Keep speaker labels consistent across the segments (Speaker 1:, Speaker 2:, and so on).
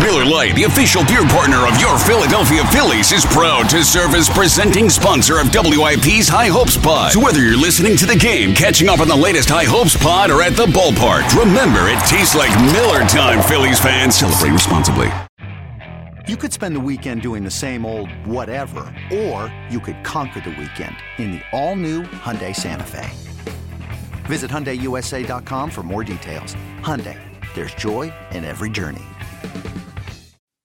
Speaker 1: Miller Lite, the official beer partner of your Philadelphia Phillies, is proud to serve as presenting sponsor of WIP's High Hopes Pod. So whether you're listening to the game, catching up on the latest High Hopes Pod, or at the ballpark, remember it tastes like Miller time, Phillies fans. Celebrate responsibly.
Speaker 2: You could spend the weekend doing the same old whatever, or you could conquer the weekend in the all-new Hyundai Santa Fe. Visit HyundaiUSA.com for more details. Hyundai, there's joy in every journey.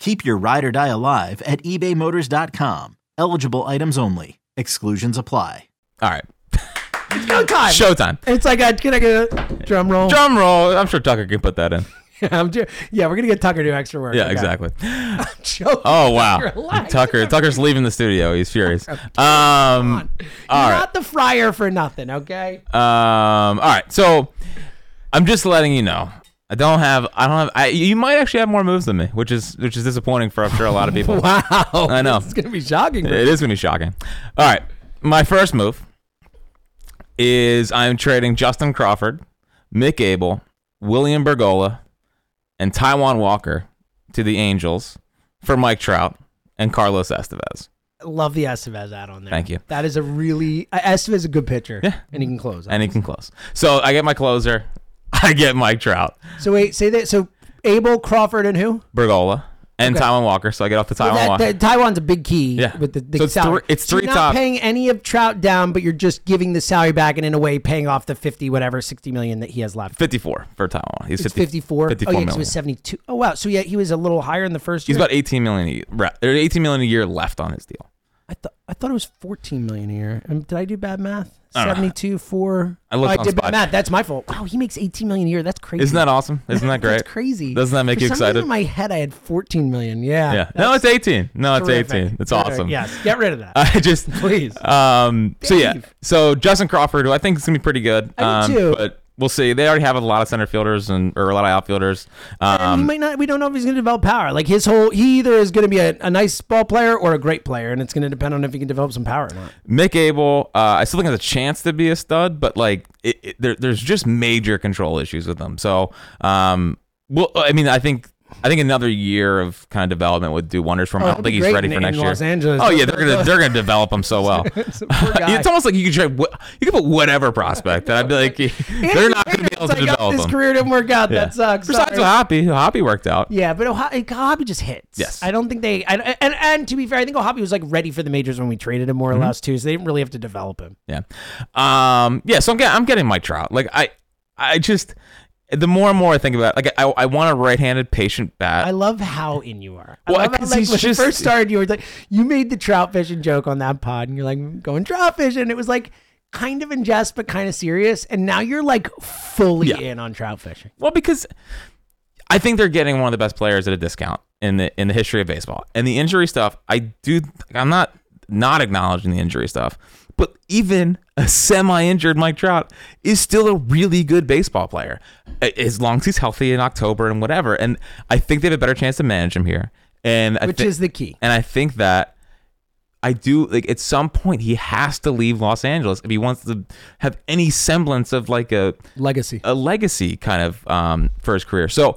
Speaker 3: Keep your ride or die alive at ebaymotors.com. Eligible items only. Exclusions apply.
Speaker 4: All right.
Speaker 5: It's go time.
Speaker 4: Showtime.
Speaker 5: It's like a can I get a drum roll?
Speaker 4: Drum roll. I'm sure Tucker can put that in.
Speaker 5: I'm do- yeah, we're gonna get Tucker to do extra work.
Speaker 4: Yeah,
Speaker 5: Okay.
Speaker 4: exactly.
Speaker 5: Joke.
Speaker 4: Oh wow,
Speaker 5: You're lying.
Speaker 4: Tucker! Tucker's leaving the studio. He's furious. Um, all right,
Speaker 5: Not the fryer for nothing. Okay.
Speaker 4: um, all right. So I'm just letting you know. I don't have. I don't have. I, you might actually have more moves than me, which is which is disappointing for I'm sure a lot of people.
Speaker 5: Wow.
Speaker 4: I know.
Speaker 5: This is gonna be shocking.
Speaker 4: It is gonna be shocking. All right, my first move is I'm trading Justin Crawford, Mick Abel, William Bergola, and Taiwan Walker to the Angels for Mike Trout and Carlos Estevez.
Speaker 5: Love the Estevez add on there.
Speaker 4: Thank you.
Speaker 5: That is a really uh, Estevez is a good pitcher.
Speaker 4: Yeah.
Speaker 5: and he can close.
Speaker 4: and he can close. So I get my closer. I get Mike Trout,
Speaker 5: so wait, say that. So Abel Crawford and who?
Speaker 4: Bergola, and Taiwan Walker. So I get off the Taiwan
Speaker 5: That-
Speaker 4: Walker.
Speaker 5: that- Taiwan's a big key
Speaker 4: Yeah.
Speaker 5: with the, the
Speaker 4: So it's
Speaker 5: salary.
Speaker 4: three- it's
Speaker 5: So
Speaker 4: three
Speaker 5: you're
Speaker 4: top-
Speaker 5: not paying any of Trout down, but you're just giving the salary back and in a way paying off the fifty whatever sixty million that he has left.
Speaker 4: 54 for Taiwan. He's
Speaker 5: It's
Speaker 4: 50
Speaker 5: 54.
Speaker 4: 54
Speaker 5: oh, yeah,
Speaker 4: million.
Speaker 5: so it's 72. Oh, wow. So, yeah, he was a little higher in the first year.
Speaker 4: He's about 18 million a year. right, There's 18 million a year left on his deal.
Speaker 5: I, th- I thought it was 14 million a year. Um, did I do bad math?
Speaker 4: I don't know.
Speaker 5: 72, 4.
Speaker 4: I looked
Speaker 5: oh, I
Speaker 4: on
Speaker 5: did
Speaker 4: Spotify.
Speaker 5: bad math. That's my fault. Wow, he makes 18 million a year. That's crazy.
Speaker 4: Isn't that awesome? Isn't that great?
Speaker 5: That's crazy.
Speaker 4: Doesn't that make
Speaker 5: For
Speaker 4: you
Speaker 5: some
Speaker 4: excited?
Speaker 5: Reason in my head, I had 14 million. Yeah.
Speaker 4: yeah. No, it's 18. No, it's
Speaker 5: Terrific.
Speaker 4: 18. It's
Speaker 5: Terrific.
Speaker 4: awesome.
Speaker 5: Yes. Get rid of that.
Speaker 4: I just
Speaker 5: Please.
Speaker 4: Um. So yeah.
Speaker 5: Dave.
Speaker 4: So Justin Crawford, who I think is gonna be pretty good.
Speaker 5: I do
Speaker 4: um,
Speaker 5: too.
Speaker 4: But we'll see. They already have a lot of center fielders and or a lot of outfielders. Um.
Speaker 5: And he might not. We don't know if he's going to develop power. Like his whole, he either is going to be a, a nice ball player or a great player, and it's going to depend on if he can develop some power or not.
Speaker 4: Mick Abel, uh, I still think has a chance to be a stud, but like it, it, there, there's just major control issues with him. So, um, well, I mean, I think I think another year of kind of development would do wonders for him.
Speaker 5: Oh,
Speaker 4: I
Speaker 5: it'll
Speaker 4: don't
Speaker 5: be
Speaker 4: think he's
Speaker 5: great
Speaker 4: ready
Speaker 5: in-
Speaker 4: for next
Speaker 5: in
Speaker 4: year.
Speaker 5: Los Angeles.
Speaker 4: Oh yeah, they're gonna they're gonna develop him so well. it's,
Speaker 5: poor guy.
Speaker 4: almost like you could try wh- you could put whatever prospect, and I'd be like, they're not gonna be able to
Speaker 5: It's like, oh,
Speaker 4: develop
Speaker 5: His
Speaker 4: him.
Speaker 5: career didn't work out. That sucks.
Speaker 4: Besides
Speaker 5: Sorry.
Speaker 4: Hoppy, Hoppy worked out.
Speaker 5: Yeah, but Oha- Ohapi just hits.
Speaker 4: Yes.
Speaker 5: I don't think they. I, and and to be fair, I think Ohapi was like ready for the majors when we traded him more
Speaker 4: Mm-hmm.
Speaker 5: or less too, so they didn't really have to develop him.
Speaker 4: Yeah. Um, yeah, so I'm getting, I'm getting Mike Trout. Like I I just the more and more I think about it, like I, I want a right-handed patient bat.
Speaker 5: I love how in you are. I
Speaker 4: Well,
Speaker 5: love how,
Speaker 4: 'cause
Speaker 5: like
Speaker 4: he's
Speaker 5: when
Speaker 4: just-
Speaker 5: you first started, you were like, you made the trout fishing joke on that pod, and you're like going trout fishing. It was like kind of in jest, but kind of serious. And now you're like fully
Speaker 4: Yeah.
Speaker 5: in on trout fishing.
Speaker 4: well, because I think they're getting one of the best players at a discount in the in the history of baseball. And the injury stuff, I do I'm not not acknowledging the injury stuff, but even a semi-injured Mike Trout is still a really good baseball player a- as long as he's healthy in October and whatever. And I think they have a better chance to manage him here. And I
Speaker 5: Which
Speaker 4: thi-
Speaker 5: is the key.
Speaker 4: And I think that I do like at some point he has to leave Los Angeles if he wants to have any semblance of like a
Speaker 5: Legacy.
Speaker 4: a legacy kind of um, for his career. So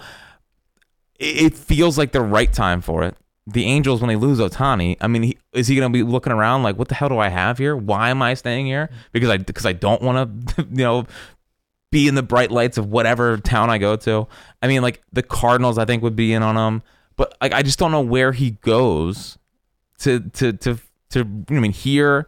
Speaker 4: it, it feels like the right time for it. The Angels, when they lose Otani, I mean, he, is he going to be looking around like, what the hell do I have here? Why am I staying here? Because I because I don't want to, you know, be in the bright lights of whatever town I go to. I mean, like the Cardinals, I think would be in on him, but like I just don't know where he goes to to to to. I mean, here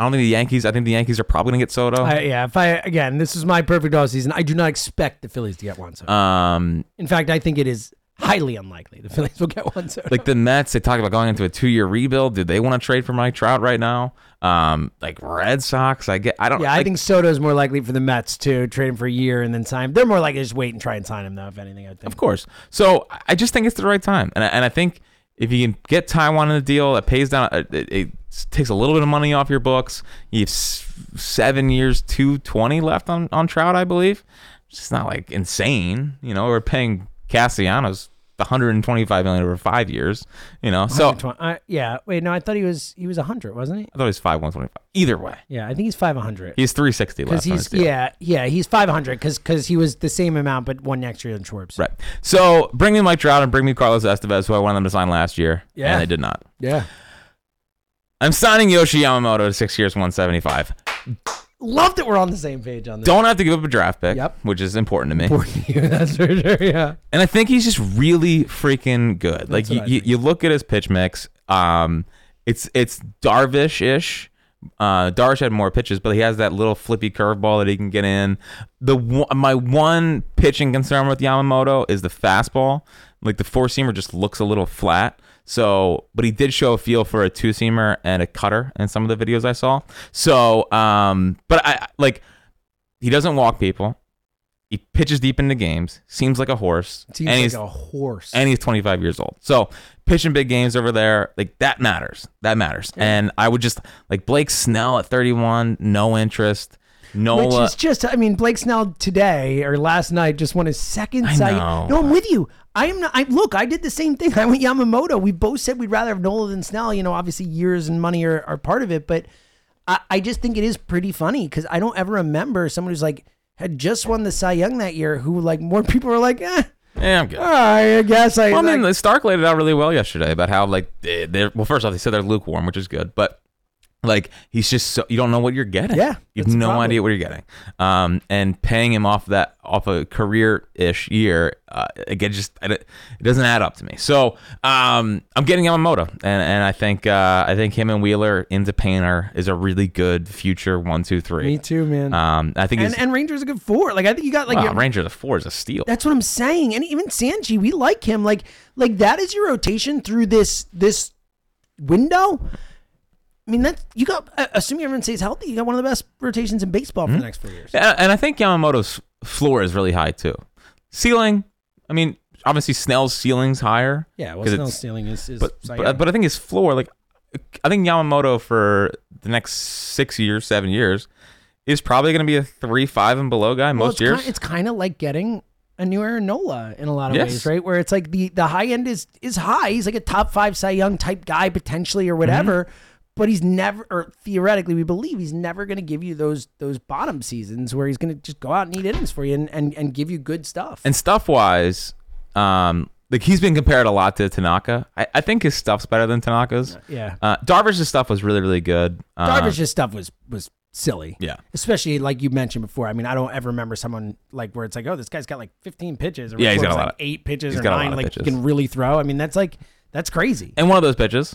Speaker 4: I don't think the Yankees. I think the Yankees are probably gonna get Soto.
Speaker 5: I, Uh, yeah, if I again, this is my perfect off season. I do not expect the Phillies to get one. Soto.
Speaker 4: um,
Speaker 5: In fact, I think it is highly unlikely the Phillies will get one. Soto.
Speaker 4: like the Mets, they talk about going into a two-year rebuild. Do they want to trade for Mike Trout right now? Um, like Red Sox, I get. I don't.
Speaker 5: yeah, I
Speaker 4: like,
Speaker 5: think Soto is more likely for the Mets to trade him for a year and then sign. him. They're more likely to just wait and try and sign him though. If anything, I think.
Speaker 4: Of course. So I- I just think it's the right time, and I, and I think if you can get Taiwan in the deal, that pays down. It, it, it takes a little bit of money off your books. You have s- seven years, two twenty left on on Trout, I believe. It's not like insane, you know. We're paying Castellanos. 125 million over five years, you know. So I thought
Speaker 5: 120 I, yeah. Wait, no, I thought he was he was hundred, wasn't he?
Speaker 4: it was five 125. Either way,
Speaker 5: Yeah, I think he's five hundred.
Speaker 4: he's 360 left.
Speaker 5: Because
Speaker 4: on
Speaker 5: he's
Speaker 4: his deal.
Speaker 5: yeah yeah he's five hundred because because he was the same amount but one extra than Schwartz.
Speaker 4: Right. So bring me Mike Trout and bring me Carlos Estevez, who I wanted them to sign last year.
Speaker 5: Yeah.
Speaker 4: And they did not.
Speaker 5: Yeah.
Speaker 4: I'm signing Yoshi Yamamoto to six years, 175.
Speaker 5: Love that we're on the same page on this.
Speaker 4: Don't have to give up a draft pick,
Speaker 5: Yep.
Speaker 4: which is important to me.
Speaker 5: That's for sure. Yeah.
Speaker 4: And I think he's just really freaking good. Like you,
Speaker 5: what I
Speaker 4: you, you look at his pitch mix. Um, it's it's Darvish ish. Uh, Darvish had more pitches, but he has that little flippy curveball that he can get in. The one- my one pitching concern with Yamamoto is the fastball. Like the four seamer just looks a little flat. So, but he did show a feel for a two seamer and a cutter in some of the videos I saw. So, um, but I I- like he doesn't walk people. He pitches deep into games. Seems like a horse.
Speaker 5: Seems
Speaker 4: and
Speaker 5: like
Speaker 4: he's
Speaker 5: a horse.
Speaker 4: and he's 25 years old. So pitching big games over there, like that matters. That matters. And I would just like Blake Snell at 31, no interest.
Speaker 5: Which
Speaker 4: Nola,
Speaker 5: is just, I mean, Blake Snell today or last night just won his second site.
Speaker 4: know.
Speaker 5: No, I'm with you. I am not. I look. I did the same thing. I went Yamamoto. We both said we'd rather have Nola than Snell. You know, obviously years and money are, are part of it, but I, I just think it is pretty funny because I don't ever remember someone who's like had just won the Cy Young that year who like more people were like, eh,
Speaker 4: yeah, I'm good.
Speaker 5: all right, I guess I.
Speaker 4: Well, I
Speaker 5: like-
Speaker 4: mean, Stark laid it out really well yesterday about how like they- they're well. First off, they said they're lukewarm, which is good, but like he's just so you don't know what you're getting.
Speaker 5: Yeah,
Speaker 4: you
Speaker 5: that's
Speaker 4: have
Speaker 5: the
Speaker 4: no
Speaker 5: problem.
Speaker 4: idea what you're getting. Um, and paying him off that off a career ish year, uh, again, just I don't- it doesn't add up to me. So um, I'm getting Yamamoto, and and I think uh, I think him and Wheeler into Painter is a really good future one two three.
Speaker 5: me too, man.
Speaker 4: Um, I think
Speaker 5: and
Speaker 4: he's,
Speaker 5: and Rangers a good four. Like I think you got like
Speaker 4: wow,
Speaker 5: your-
Speaker 4: Ranger the four is a steal.
Speaker 5: That's what I'm saying. And even Sanji, we like him. Like like that is your rotation through this this window. I mean, that's you got. uh, Assuming everyone stays healthy, you got one of the best rotations in baseball for the next four years.
Speaker 4: And, and I think Yamamoto's floor is really high too. Ceiling, I mean, obviously Snell's ceiling's higher. 'cause it's-
Speaker 5: stealing is, is
Speaker 4: But, but but I think his floor, like, I think Yamamoto for the next six years, seven years, is probably going to be a three five and below guy most
Speaker 5: it's
Speaker 4: years.
Speaker 5: Kind, it's kind of like getting a new Aaron Nola in a lot of
Speaker 4: Yes.
Speaker 5: ways, right? Where it's like the the high end is is high. He's like a top five Cy Young type guy potentially or whatever.
Speaker 4: Mm-hmm.
Speaker 5: But he's never, or theoretically, we believe he's never going to give you those those bottom seasons where he's going to just go out and eat innings for you and, and, and give you good stuff.
Speaker 4: and stuff wise, um, like he's been compared a lot to Tanaka. I, I think his stuff's better than Tanaka's.
Speaker 5: yeah,
Speaker 4: Uh, Darvish's stuff was really really good. Uh,
Speaker 5: Darvish's stuff was was silly.
Speaker 4: yeah.
Speaker 5: especially like you mentioned before. I mean, I don't ever remember someone like where it's like, oh, this guy's got like 15 pitches. Or
Speaker 4: Yeah, he's got
Speaker 5: before it was,
Speaker 4: a lot
Speaker 5: like
Speaker 4: of-
Speaker 5: eight pitches
Speaker 4: he's
Speaker 5: or
Speaker 4: got a lot
Speaker 5: nine.
Speaker 4: of
Speaker 5: Like
Speaker 4: pitches.
Speaker 5: he can really throw. I mean, that's like that's crazy.
Speaker 4: Uh, And one of those pitches,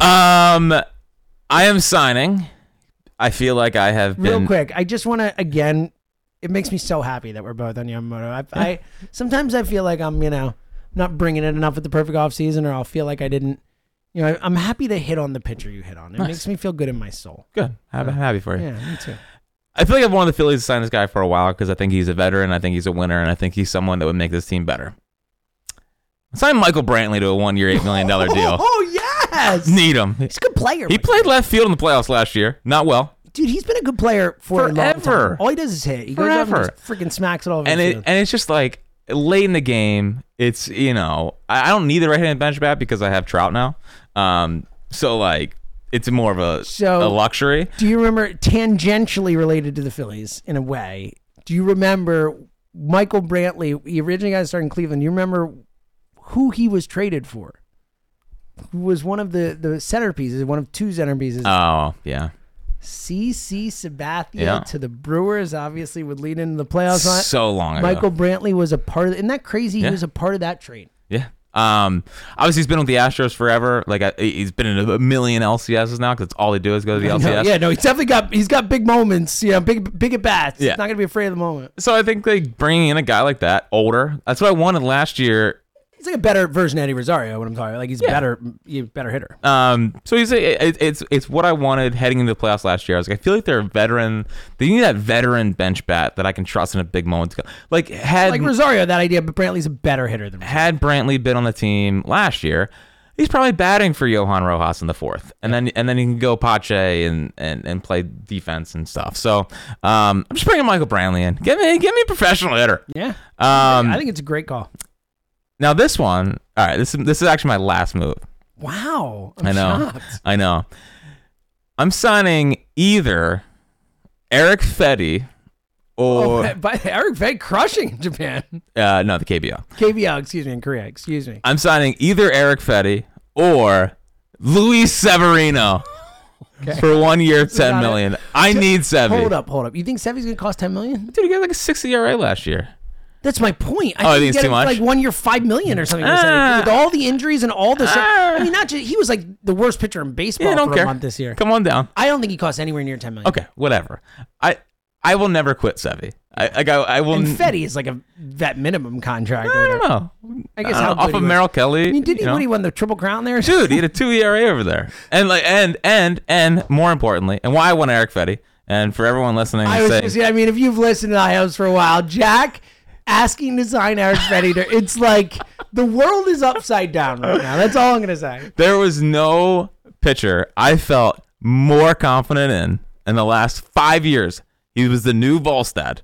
Speaker 4: Um, I am signing. I feel like I have been.
Speaker 5: Real quick, I just want to again it makes me so happy that we're both on Yamamoto. I, I sometimes I feel like I'm you know not bringing it enough at the perfect off season, or I'll feel like I didn't. You know, I, I'm happy to hit on the pitcher you hit on. It
Speaker 4: Nice.
Speaker 5: makes me feel good in my soul.
Speaker 4: Good. I'm happy for you.
Speaker 5: Yeah, me too.
Speaker 4: I feel like I've wanted the Phillies to sign this guy for a while because I think he's a veteran. I think he's a winner, and I think he's someone that would make this team better. Sign Michael Brantley to a one-year, eight million dollar deal.
Speaker 5: Oh yes, he's
Speaker 4: Need him.
Speaker 5: a good player.
Speaker 4: He played left field in the playoffs last year. Not well.
Speaker 5: dude. He's been a good player for a long
Speaker 4: Forever.
Speaker 5: time. All he does is hit. He goes out and
Speaker 4: Forever.
Speaker 5: just freaking smacks it all over
Speaker 4: and
Speaker 5: the
Speaker 4: it
Speaker 5: field.
Speaker 4: and it's just like late in the game. It's you know I, I don't need the right-handed bench bat because I have Trout now. Um, so like it's more of a
Speaker 5: So-
Speaker 4: a luxury.
Speaker 5: Do you remember tangentially related to the Phillies in a way? Do you remember Michael Brantley? He originally got started in Cleveland. Do you remember who he was traded for? Who was one of the the centerpieces? One of two centerpieces.
Speaker 4: Oh yeah,
Speaker 5: CC Sabathia
Speaker 4: Yeah.
Speaker 5: to the Brewers obviously would lead into the playoffs. on it.
Speaker 4: so long ago.
Speaker 5: Michael Brantley was a part of. Isn't that crazy?
Speaker 4: Yeah.
Speaker 5: He was a part of that trade.
Speaker 4: Yeah. Um. Obviously, he's been with the Astros forever. Like I, he's been in a million LCSs now because that's all they do is go to the LCS.
Speaker 5: No, yeah, no, he's definitely got he's got big moments. You know, big big at bats.
Speaker 4: Yeah.
Speaker 5: He's not gonna be afraid of the moment.
Speaker 4: So I think like bringing in a guy like that, older. That's what I wanted last year.
Speaker 5: He's like a better version of Eddie Rosario. What I'm talking about, like he's better, he's a better hitter.
Speaker 4: Um. So he's a, it, it's it's what I wanted heading into the playoffs last year. I was like, I feel like they're a veteran. They need that veteran bench bat that I can trust in a big moment. To go. Like had
Speaker 5: Like Rosario, that idea, but Brantley's a better hitter than. Rosario.
Speaker 4: had Brantley been on the team last year, he's probably batting for Johan Rojas in the fourth, and then and then he can go Pache and and, and play defense and stuff. So um, I'm just bringing Michael Brantley in. Give me give me a professional hitter.
Speaker 5: Yeah,
Speaker 4: Um,
Speaker 5: I think it's a great call.
Speaker 4: now this one, all right, this is this is actually my last move.
Speaker 5: Wow, I'm
Speaker 4: i know,
Speaker 5: shocked.
Speaker 4: I know. I'm signing either Eric Fetty
Speaker 5: Oh,
Speaker 4: or
Speaker 5: but- but Eric Fay crushing in Japan.
Speaker 4: uh, no the KBO.
Speaker 5: KBO, excuse me, in Korea, excuse me.
Speaker 4: I'm signing either Eric Fetty or Luis Severino for one year, ten
Speaker 5: not it.
Speaker 4: million. I need Sevy.
Speaker 5: Hold up, hold up. You think Sevy's gonna cost ten million?
Speaker 4: dude. He got like a sixty ERA last year.
Speaker 5: That's my point.
Speaker 4: Oh,
Speaker 5: I
Speaker 4: you think
Speaker 5: think
Speaker 4: it's
Speaker 5: it's
Speaker 4: too much?
Speaker 5: Like one year, five million or something. for
Speaker 4: Ah.
Speaker 5: Sevy. with all the injuries and all the. stuff.
Speaker 4: Ah.
Speaker 5: I mean, not just he was like the worst pitcher in baseball
Speaker 4: Yeah, I don't
Speaker 5: for
Speaker 4: care.
Speaker 5: a month this year.
Speaker 4: Come on down.
Speaker 5: I don't think he costs anywhere near ten million.
Speaker 4: Okay, whatever. I I will never quit Sevy. I like I, I will.
Speaker 5: And
Speaker 4: n-
Speaker 5: Fetty is like a vet minimum contract.
Speaker 4: I
Speaker 5: or whatever.
Speaker 4: don't know.
Speaker 5: I guess
Speaker 4: I
Speaker 5: how
Speaker 4: don't know. Uh, off
Speaker 5: good
Speaker 4: of
Speaker 5: he was.
Speaker 4: Merrill Kelly.
Speaker 5: I mean, did he
Speaker 4: you know?
Speaker 5: when he won the triple crown there?
Speaker 4: Dude, he had a two ERA over there, and like and and and more importantly, and why I want Eric Fetty, and for everyone listening,
Speaker 5: I
Speaker 4: and
Speaker 5: was
Speaker 4: saying,
Speaker 5: gonna say, I mean, if you've listened to IOs for a while, Jack asking to sign Eric Fetty, it's like the world is upside down right now. That's all I'm gonna say.
Speaker 4: There was no pitcher I felt more confident in in the last five years. He was the new Volstad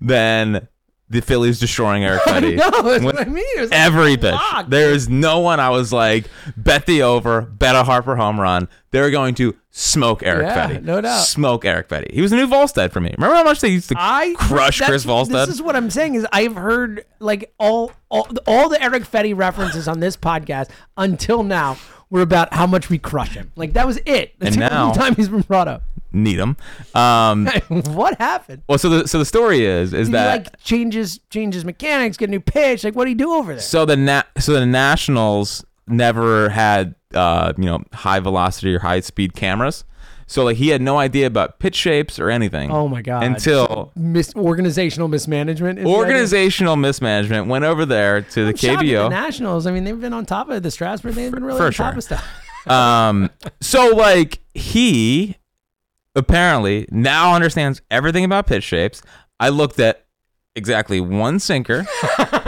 Speaker 4: than the Phillies destroying Eric Fetty.
Speaker 5: No, that's
Speaker 4: With
Speaker 5: what I mean. It was like,
Speaker 4: Every pitch.
Speaker 5: fuck.
Speaker 4: There is no one I was like, bet the over, bet a Harper home run. They're going to smoke Eric
Speaker 5: Yeah,
Speaker 4: Fetty.
Speaker 5: no doubt.
Speaker 4: Smoke Eric Fetty. He was the new Volstead for me. Remember how much they used to
Speaker 5: I
Speaker 4: crush
Speaker 5: that's-
Speaker 4: Chris Volstead?
Speaker 5: This is what I'm saying is I've heard like all all all the Eric Fetty references on this podcast until now were about how much we crush him. Like that was it. That's
Speaker 4: And
Speaker 5: the
Speaker 4: now-
Speaker 5: only time he's been brought up.
Speaker 4: Need him. Um,
Speaker 5: what happened?
Speaker 4: well, so the, so the story is is
Speaker 5: Did
Speaker 4: that
Speaker 5: he like changes changes mechanics, get a new pitch? Like what do you do over there?
Speaker 4: So the na- so the Nationals never had uh, you know high velocity or high speed cameras. So like he had no idea about pitch shapes or anything.
Speaker 5: Oh my God.
Speaker 4: Until
Speaker 5: Mis- organizational mismanagement. is the idea?
Speaker 4: organizational mismanagement went over there to the
Speaker 5: I'm shocked at The
Speaker 4: KBO.
Speaker 5: Nationals. I mean, they've been on top of the Strasburg. They've been really
Speaker 4: for
Speaker 5: on
Speaker 4: sure.
Speaker 5: top of stuff.
Speaker 4: Um, so like he apparently now understands everything about pitch shapes. I looked at exactly one sinker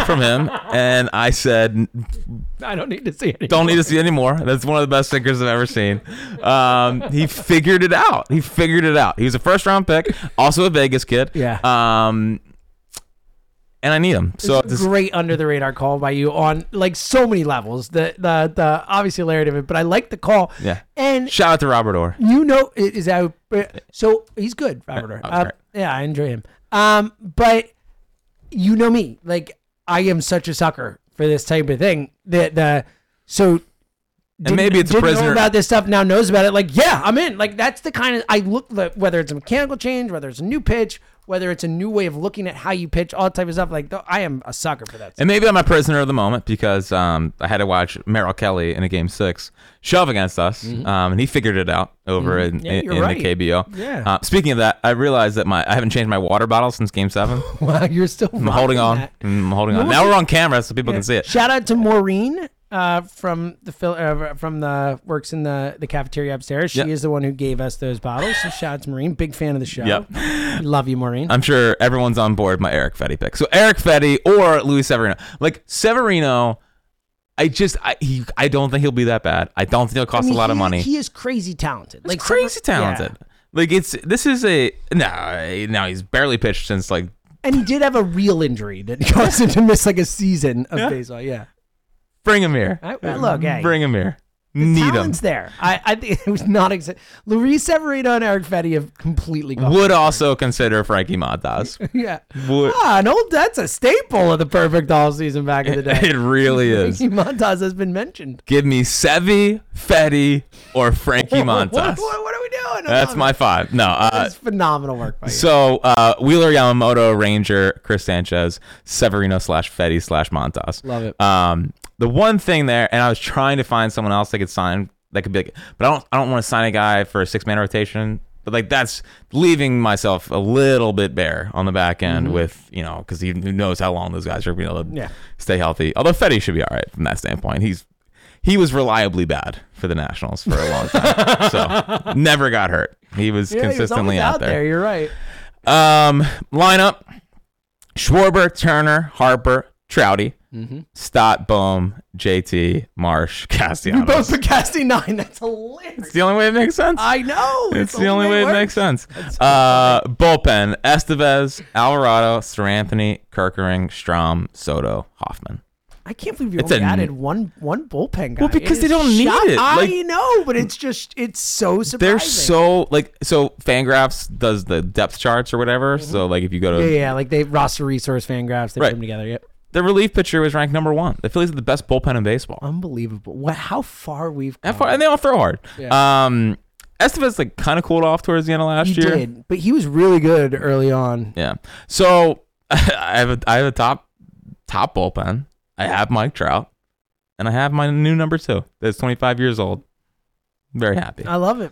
Speaker 4: from him and I said
Speaker 5: I don't need to see it.
Speaker 4: Don't need to see anymore. That's one of the best sinkers I've ever seen. Um, he figured it out. He figured it out. He was a first round pick, also a Vegas kid.
Speaker 5: Yeah.
Speaker 4: Um, and I need him. So this,
Speaker 5: great under the radar call by you on like so many levels. The the the obvious hilarity of it, but I like the call.
Speaker 4: Yeah.
Speaker 5: And
Speaker 4: shout out to Robert Orr.
Speaker 5: you know i- is that uh, so he's good robert Orr.
Speaker 4: Oh,
Speaker 5: Uh,
Speaker 4: sorry.
Speaker 5: yeah i enjoy him um but you know me like i am such a sucker for this type of thing the the so didn't-
Speaker 4: maybe it's a
Speaker 5: didn't
Speaker 4: prisoner-
Speaker 5: know about this stuff now knows about it like yeah i'm in like that's the kind of i look like whether it's a mechanical change whether it's a new pitch whether it's a new way of looking at how you pitch, all type of stuff. Like th- I am a sucker for that.
Speaker 4: And maybe I'm a prisoner of the moment because um, I had to watch Merrill Kelly in a game six shove against us, um, and he figured it out over in,
Speaker 5: Mm-hmm. Yeah,
Speaker 4: in-
Speaker 5: you're
Speaker 4: in
Speaker 5: right.
Speaker 4: the KBO.
Speaker 5: Yeah.
Speaker 4: Uh, speaking of that, I realized that my I haven't changed my water bottle since game seven.
Speaker 5: Wow, you're still
Speaker 4: I'm holding on. I'm holding on. Now we're on camera, so people can see it.
Speaker 5: Shout out to Maureen uh, from the fil- uh, from the works in the, the cafeteria upstairs. She
Speaker 4: Yeah.
Speaker 5: is the one who gave us those bottles. So shout out to Maureen, big fan of the show.
Speaker 4: Yep.
Speaker 5: We love you, Maureen.
Speaker 4: I'm sure everyone's on board my Eric Fetty pick. So Eric Fetty or Luis Severino, like Severino. I just I he, I don't think he'll be that bad. I don't think he'll cost
Speaker 5: I mean,
Speaker 4: a lot
Speaker 5: he
Speaker 4: of
Speaker 5: is-
Speaker 4: money.
Speaker 5: He is crazy talented.
Speaker 4: like
Speaker 5: Like
Speaker 4: crazy
Speaker 5: someone- yeah.
Speaker 4: talented. Like it's this is a no no he's barely pitched since like
Speaker 5: And he did have a real injury that caused him to miss like a season of baseball. Yeah.
Speaker 4: bring him here.
Speaker 5: I- I- look, hey.
Speaker 4: bring him here. Need him.
Speaker 5: Talent's there. I, I think it was not exa- Luis Severino and Eric Fetty have completely gone.
Speaker 4: Would also consider Frankie Montas.
Speaker 5: Yeah.
Speaker 4: Would,
Speaker 5: Ah, an old that's a staple of the perfect all season back in the day.
Speaker 4: it really is.
Speaker 5: Frankie Montas has been mentioned.
Speaker 4: Give me Sevi, Fetty, or Frankie
Speaker 5: What,
Speaker 4: Montas.
Speaker 5: what, what are we doing? I
Speaker 4: That's
Speaker 5: love
Speaker 4: my
Speaker 5: it.
Speaker 4: five. No, uh,
Speaker 5: That's phenomenal work by you.
Speaker 4: So uh, Wheeler Yamamoto, Ranger, Chris Sanchez, Severino slash Fetty slash Montas.
Speaker 5: Love it.
Speaker 4: Um, the one thing there, and I was trying to find someone else that could sign that could be like, but I don't I don't want to sign a guy for a six man rotation. But like that's leaving myself a little bit bare on the back end with you know because he knows how long those guys are going to
Speaker 5: Mm-hmm. Yeah.
Speaker 4: stay healthy. Although Fetty should be all right from that standpoint. He's he was reliably bad for the Nationals for a long time, so never got hurt. He was
Speaker 5: Yeah, he was
Speaker 4: consistently
Speaker 5: always
Speaker 4: out,
Speaker 5: there. You're right.
Speaker 4: um, lineup: Schwarber, Turner, Harper, Trouty,
Speaker 5: Mm-hmm.
Speaker 4: Stott, Bohm, JT, Marsh,
Speaker 5: We
Speaker 4: Castellanos.
Speaker 5: both put casting nine. That's hilarious.
Speaker 4: it's the only way it makes sense.
Speaker 5: I know.
Speaker 4: it's the only way it makes sense.
Speaker 5: That's
Speaker 4: Uh, bullpen: Estevez, Alvarado, Sir Anthony, Kirkering, Strom, Soto, Hoffman.
Speaker 5: I can't believe you
Speaker 4: It's
Speaker 5: only
Speaker 4: a-
Speaker 5: added one one bullpen guy.
Speaker 4: Well, because
Speaker 5: It
Speaker 4: they
Speaker 5: is
Speaker 4: don't need
Speaker 5: shock-
Speaker 4: it.
Speaker 5: I
Speaker 4: Like-
Speaker 5: know, but it's just it's so surprising.
Speaker 4: They're so like so. Fangraphs does the depth charts or whatever. So like if you go
Speaker 5: Mm-hmm. yeah,
Speaker 4: to
Speaker 5: yeah. Like they roster resource fan graphs. They put
Speaker 4: Right.
Speaker 5: them together. Yep.
Speaker 4: the relief pitcher was ranked number one. The Phillies have the best bullpen in
Speaker 5: Oh,
Speaker 4: baseball.
Speaker 5: Unbelievable. What? How far we've
Speaker 4: That
Speaker 5: come.
Speaker 4: far- and they all throw hard. Um, Estevez like kind of cooled off towards the end of last
Speaker 5: he
Speaker 4: year.
Speaker 5: did, but he was really good early on.
Speaker 4: Yeah. So I have a I have a top top bullpen. I have Mike Trout, and I have my new number two that's 25 years old. Very happy.
Speaker 5: I love it.